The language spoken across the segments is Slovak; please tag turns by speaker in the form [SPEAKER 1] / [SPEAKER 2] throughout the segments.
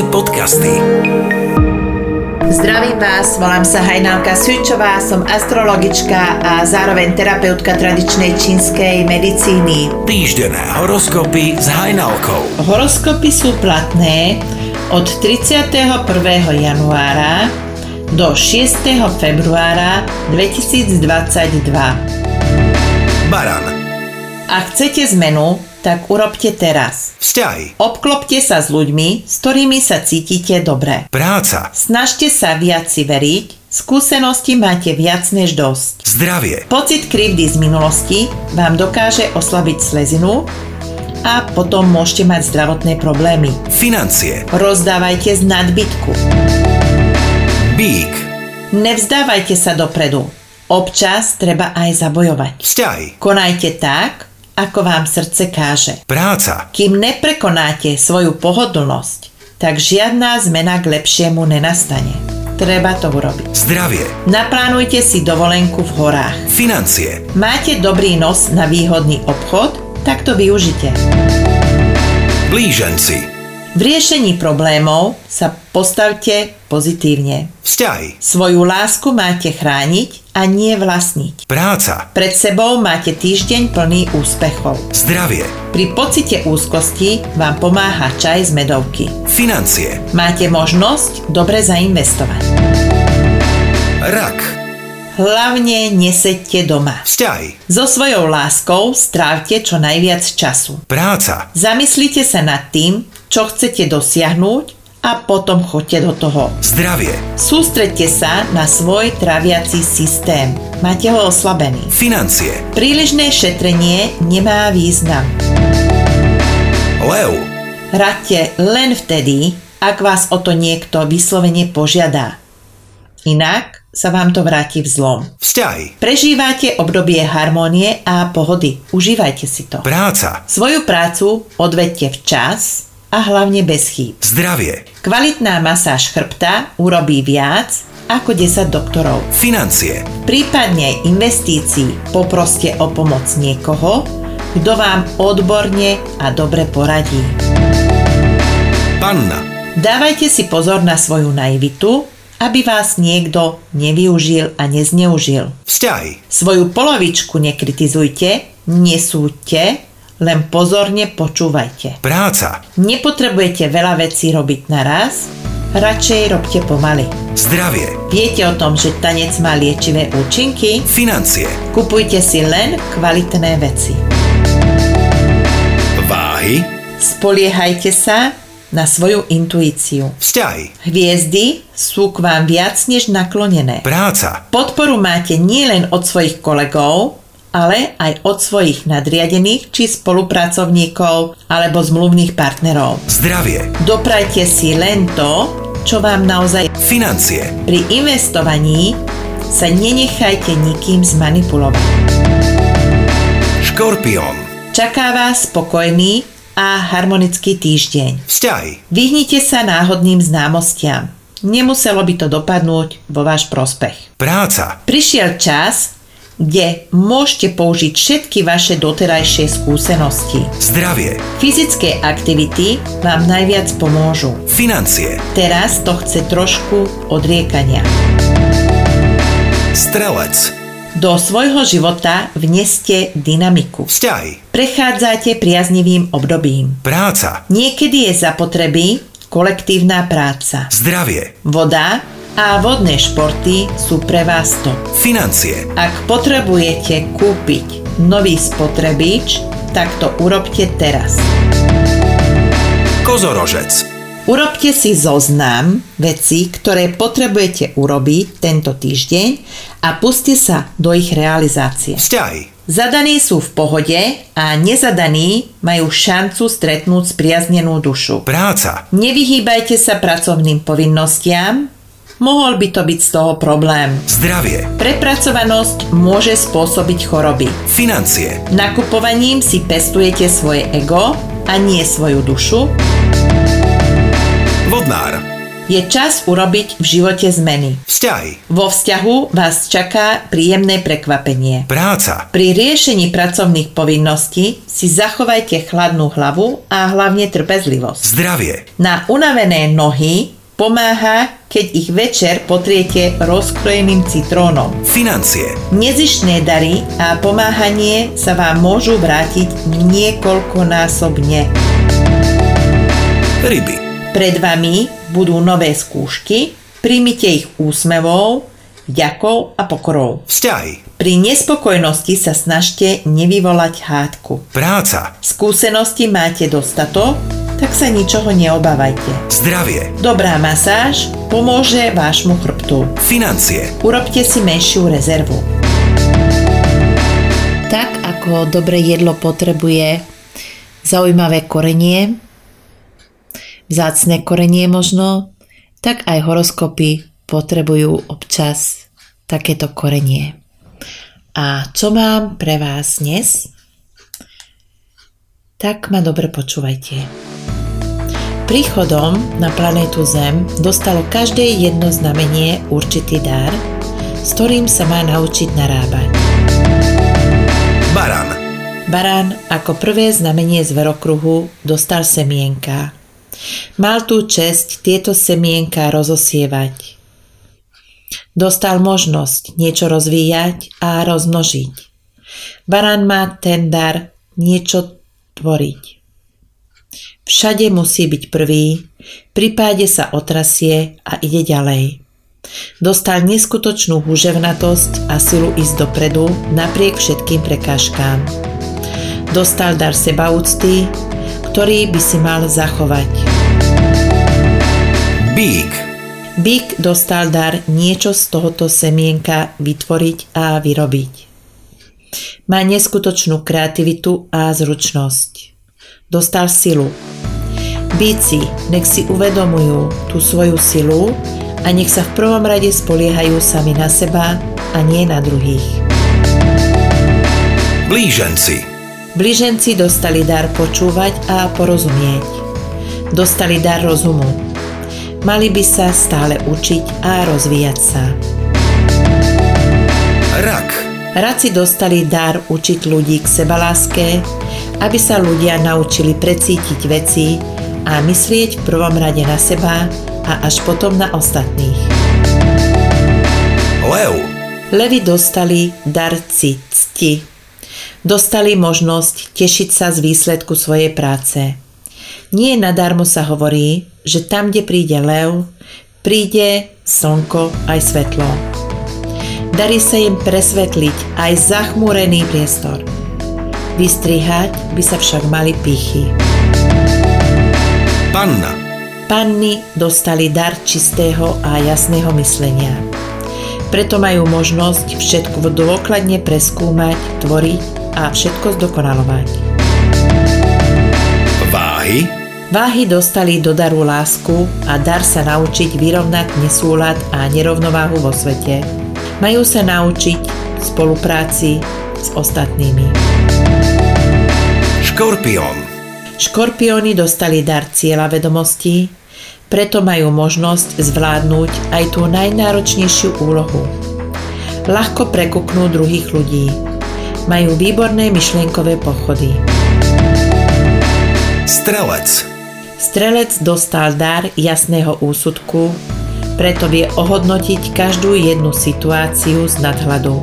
[SPEAKER 1] podcasty.
[SPEAKER 2] Zdravím vás, volám sa Hajnalka Sučová, som astrologička a zároveň terapeutka tradičnej čínskej medicíny.
[SPEAKER 1] Týždené horoskopy s Hajnalkou.
[SPEAKER 2] Horoskopy sú platné od 31. januára do 6. februára 2022.
[SPEAKER 1] Baran.
[SPEAKER 2] Ak chcete zmenu, tak urobte teraz.
[SPEAKER 1] Vzťahy.
[SPEAKER 2] Obklopte sa s ľuďmi, s ktorými sa cítite dobre.
[SPEAKER 1] Práca.
[SPEAKER 2] Snažte sa viac si veriť, skúsenosti máte viac než dosť.
[SPEAKER 1] Zdravie.
[SPEAKER 2] Pocit krivdy z minulosti vám dokáže oslabiť slezinu a potom môžete mať zdravotné problémy.
[SPEAKER 1] Financie.
[SPEAKER 2] Rozdávajte z nadbytku.
[SPEAKER 1] Bík.
[SPEAKER 2] Nevzdávajte sa dopredu. Občas treba aj zabojovať.
[SPEAKER 1] Vzťahy.
[SPEAKER 2] Konajte tak, ako vám srdce káže.
[SPEAKER 1] Práca.
[SPEAKER 2] Kým neprekonáte svoju pohodlnosť, tak žiadna zmena k lepšiemu nenastane. Treba to urobiť.
[SPEAKER 1] Zdravie.
[SPEAKER 2] Naplánujte si dovolenku v horách.
[SPEAKER 1] Financie.
[SPEAKER 2] Máte dobrý nos na výhodný obchod? Tak to využite.
[SPEAKER 1] Blíženci.
[SPEAKER 2] V riešení problémov sa postavte pozitívne.
[SPEAKER 1] Vzťahy.
[SPEAKER 2] Svoju lásku máte chrániť a nie vlastniť.
[SPEAKER 1] Práca.
[SPEAKER 2] Pred sebou máte týždeň plný úspechov.
[SPEAKER 1] Zdravie.
[SPEAKER 2] Pri pocite úzkosti vám pomáha čaj z medovky.
[SPEAKER 1] Financie.
[SPEAKER 2] Máte možnosť dobre zainvestovať.
[SPEAKER 1] Rak.
[SPEAKER 2] Hlavne nesedte doma.
[SPEAKER 1] Vzťahy.
[SPEAKER 2] So svojou láskou strávte čo najviac času.
[SPEAKER 1] Práca.
[SPEAKER 2] Zamyslite sa nad tým, čo chcete dosiahnuť a potom choďte do toho.
[SPEAKER 1] Zdravie.
[SPEAKER 2] Sústredte sa na svoj traviací systém. Máte ho oslabený.
[SPEAKER 1] Financie.
[SPEAKER 2] Prílišné šetrenie nemá význam.
[SPEAKER 1] Leu.
[SPEAKER 2] Radte len vtedy, ak vás o to niekto vyslovene požiada. Inak sa vám to vráti v zlom.
[SPEAKER 1] Vzťahy.
[SPEAKER 2] Prežívate obdobie harmonie a pohody. Užívajte si to.
[SPEAKER 1] Práca.
[SPEAKER 2] Svoju prácu odvedte včas a hlavne bez chýb.
[SPEAKER 1] Zdravie.
[SPEAKER 2] Kvalitná masáž chrbta urobí viac ako 10 doktorov.
[SPEAKER 1] Financie.
[SPEAKER 2] V prípadne investícií poproste o pomoc niekoho, kto vám odborne a dobre poradí.
[SPEAKER 1] Panna.
[SPEAKER 2] Dávajte si pozor na svoju naivitu, aby vás niekto nevyužil a nezneužil.
[SPEAKER 1] Vzťahy.
[SPEAKER 2] Svoju polovičku nekritizujte, nesúďte, len pozorne počúvajte.
[SPEAKER 1] Práca.
[SPEAKER 2] Nepotrebujete veľa vecí robiť naraz, radšej robte pomaly.
[SPEAKER 1] Zdravie.
[SPEAKER 2] Viete o tom, že tanec má liečivé účinky?
[SPEAKER 1] Financie.
[SPEAKER 2] Kupujte si len kvalitné veci.
[SPEAKER 1] Váhy.
[SPEAKER 2] Spoliehajte sa na svoju intuíciu.
[SPEAKER 1] Vzťahy.
[SPEAKER 2] Hviezdy sú k vám viac než naklonené.
[SPEAKER 1] Práca.
[SPEAKER 2] Podporu máte nielen od svojich kolegov, ale aj od svojich nadriadených či spolupracovníkov alebo zmluvných partnerov.
[SPEAKER 1] Zdravie.
[SPEAKER 2] Doprajte si len to, čo vám naozaj
[SPEAKER 1] Financie.
[SPEAKER 2] Pri investovaní sa nenechajte nikým zmanipulovať.
[SPEAKER 1] Škorpión.
[SPEAKER 2] Čaká vás spokojný a harmonický týždeň.
[SPEAKER 1] Vzťahy.
[SPEAKER 2] Vyhnite sa náhodným známostiam. Nemuselo by to dopadnúť vo váš prospech.
[SPEAKER 1] Práca.
[SPEAKER 2] Prišiel čas, kde môžete použiť všetky vaše doterajšie skúsenosti.
[SPEAKER 1] Zdravie.
[SPEAKER 2] Fyzické aktivity vám najviac pomôžu.
[SPEAKER 1] Financie.
[SPEAKER 2] Teraz to chce trošku odriekania.
[SPEAKER 1] Strelec.
[SPEAKER 2] Do svojho života vneste dynamiku.
[SPEAKER 1] Vzťahy.
[SPEAKER 2] Prechádzate priaznivým obdobím.
[SPEAKER 1] Práca.
[SPEAKER 2] Niekedy je zapotreby kolektívna práca.
[SPEAKER 1] Zdravie.
[SPEAKER 2] Voda a vodné športy sú pre vás to.
[SPEAKER 1] Financie.
[SPEAKER 2] Ak potrebujete kúpiť nový spotrebič, tak to urobte teraz.
[SPEAKER 1] Kozorožec.
[SPEAKER 2] Urobte si zoznam vecí, ktoré potrebujete urobiť tento týždeň a puste sa do ich realizácie.
[SPEAKER 1] Vzťahy.
[SPEAKER 2] Zadaní sú v pohode a nezadaní majú šancu stretnúť spriaznenú dušu.
[SPEAKER 1] Práca.
[SPEAKER 2] Nevyhýbajte sa pracovným povinnostiam, mohol by to byť z toho problém.
[SPEAKER 1] Zdravie.
[SPEAKER 2] Prepracovanosť môže spôsobiť choroby.
[SPEAKER 1] Financie.
[SPEAKER 2] Nakupovaním si pestujete svoje ego a nie svoju dušu.
[SPEAKER 1] Vodnár.
[SPEAKER 3] Je čas urobiť v živote zmeny.
[SPEAKER 1] Vzťahy.
[SPEAKER 3] Vo vzťahu vás čaká príjemné prekvapenie.
[SPEAKER 1] Práca.
[SPEAKER 3] Pri riešení pracovných povinností si zachovajte chladnú hlavu a hlavne trpezlivosť.
[SPEAKER 1] Zdravie.
[SPEAKER 3] Na unavené nohy pomáha, keď ich večer potriete rozkrojeným citrónom.
[SPEAKER 1] Financie.
[SPEAKER 3] Nezištné dary a pomáhanie sa vám môžu vrátiť niekoľkonásobne.
[SPEAKER 1] Ryby.
[SPEAKER 3] Pred vami budú nové skúšky, príjmite ich úsmevou, vďakou a pokorou.
[SPEAKER 1] Vzťahy.
[SPEAKER 3] Pri nespokojnosti sa snažte nevyvolať hádku.
[SPEAKER 1] Práca.
[SPEAKER 3] Skúsenosti máte dostatok, tak sa ničoho neobávajte.
[SPEAKER 1] Zdravie.
[SPEAKER 3] Dobrá masáž pomôže vášmu chrbtu.
[SPEAKER 1] Financie.
[SPEAKER 3] Urobte si menšiu rezervu.
[SPEAKER 2] Tak ako dobre jedlo potrebuje zaujímavé korenie, vzácne korenie možno, tak aj horoskopy potrebujú občas takéto korenie. A čo mám pre vás dnes? Tak ma dobre počúvajte. Príchodom na planétu Zem dostalo každé jedno znamenie určitý dar, s ktorým sa má naučiť narábať.
[SPEAKER 1] Baran.
[SPEAKER 2] Barán ako prvé znamenie z verokruhu dostal semienka. Mal tú čest tieto semienka rozosievať. Dostal možnosť niečo rozvíjať a rozmnožiť. Barán má ten dar niečo tvoriť. Všade musí byť prvý, pri páde sa otrasie a ide ďalej. Dostal neskutočnú húževnatosť a silu ísť dopredu napriek všetkým prekážkám dostal dar sebaúcty, ktorý by si mal zachovať.
[SPEAKER 1] Bík.
[SPEAKER 2] Bík dostal dar niečo z tohoto semienka vytvoriť a vyrobiť. Má neskutočnú kreativitu a zručnosť. Dostal silu. Bíci nech si uvedomujú tú svoju silu a nech sa v prvom rade spoliehajú sami na seba a nie na druhých.
[SPEAKER 1] Blíženci.
[SPEAKER 2] Blíženci dostali dar počúvať a porozumieť. Dostali dar rozumu. Mali by sa stále učiť a rozvíjať sa.
[SPEAKER 1] Rak.
[SPEAKER 2] Raci dostali dar učiť ľudí k sebaláske, aby sa ľudia naučili precítiť veci a myslieť v prvom rade na seba a až potom na ostatných.
[SPEAKER 1] Lev.
[SPEAKER 2] Levy dostali darci cti. Dostali možnosť tešiť sa z výsledku svojej práce. Nie nadarmo sa hovorí, že tam, kde príde lev, príde slnko aj svetlo. Darí sa im presvetliť aj zachmúrený priestor. Vystrihať by sa však mali pichy.
[SPEAKER 1] Panna.
[SPEAKER 2] Panny dostali dar čistého a jasného myslenia. Preto majú možnosť všetko dôkladne preskúmať, tvoriť a všetko zdokonalovať.
[SPEAKER 1] Váhy.
[SPEAKER 2] Váhy dostali do daru lásku a dar sa naučiť vyrovnať nesúlad a nerovnováhu vo svete. Majú sa naučiť spolupráci s ostatnými.
[SPEAKER 1] Škorpión.
[SPEAKER 2] Škorpióny dostali dar cieľa vedomostí, preto majú možnosť zvládnuť aj tú najnáročnejšiu úlohu. Ľahko prekuknú druhých ľudí. Majú výborné myšlienkové pochody.
[SPEAKER 1] Strelec.
[SPEAKER 2] Strelec dostal dar jasného úsudku, preto vie ohodnotiť každú jednu situáciu z nadhľadu.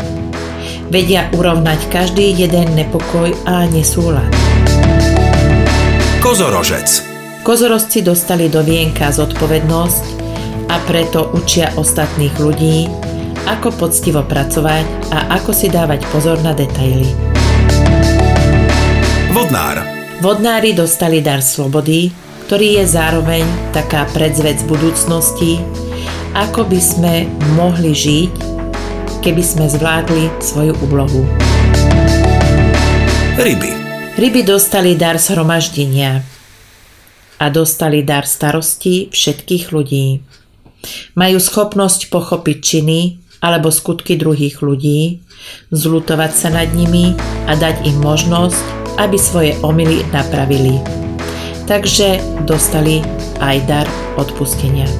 [SPEAKER 2] Vedia urovnať každý jeden nepokoj a nesúlad.
[SPEAKER 1] Kozorožec.
[SPEAKER 2] Kozorozci dostali do vienka zodpovednosť a preto učia ostatných ľudí, ako poctivo pracovať a ako si dávať pozor na detaily.
[SPEAKER 1] Vodnár.
[SPEAKER 2] Vodnári dostali dar slobody, ktorý je zároveň taká predzvec budúcnosti, ako by sme mohli žiť, keby sme zvládli svoju úlohu.
[SPEAKER 1] Ryby.
[SPEAKER 2] Ryby dostali dar zhromaždenia a dostali dar starosti všetkých ľudí. Majú schopnosť pochopiť činy alebo skutky druhých ľudí, zlutovať sa nad nimi a dať im možnosť, aby svoje omily napravili. Takže dostali aj dar odpustenia.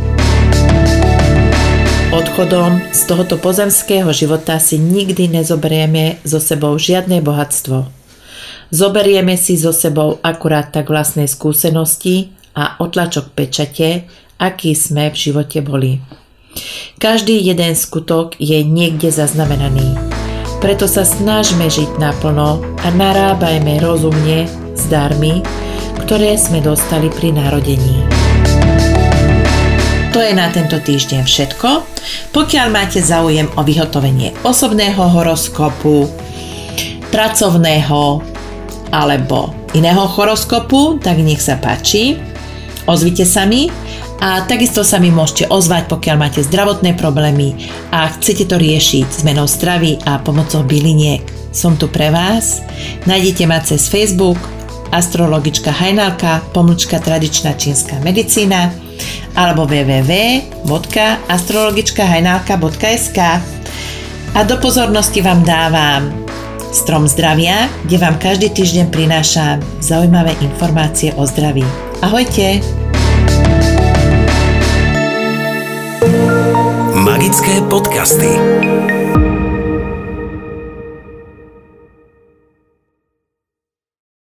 [SPEAKER 4] Odchodom z tohoto pozemského života si nikdy nezoberieme so sebou žiadne bohatstvo. Zoberieme si so sebou akurát tak vlastné skúsenosti a otlačok pečate, aký sme v živote boli. Každý jeden skutok je niekde zaznamenaný. Preto sa snažme žiť naplno a narábajme rozumne s darmi, ktoré sme dostali pri narodení.
[SPEAKER 2] To je na tento týždeň všetko. Pokiaľ máte záujem o vyhotovenie osobného horoskopu, pracovného alebo iného horoskopu, tak nech sa páči. Ozvite sa mi a takisto sa mi môžete ozvať, pokiaľ máte zdravotné problémy a chcete to riešiť zmenou stravy a pomocou byliniek. Som tu pre vás. Nájdete ma cez Facebook astrologička Hajnalka, pomlčka tradičná čínska medicína alebo www.astrologičkahajnalka.sk A do pozornosti vám dávam Strom zdravia, kde vám každý týždeň prinášam zaujímavé informácie o zdraví. Ahojte!
[SPEAKER 1] Magické podcasty.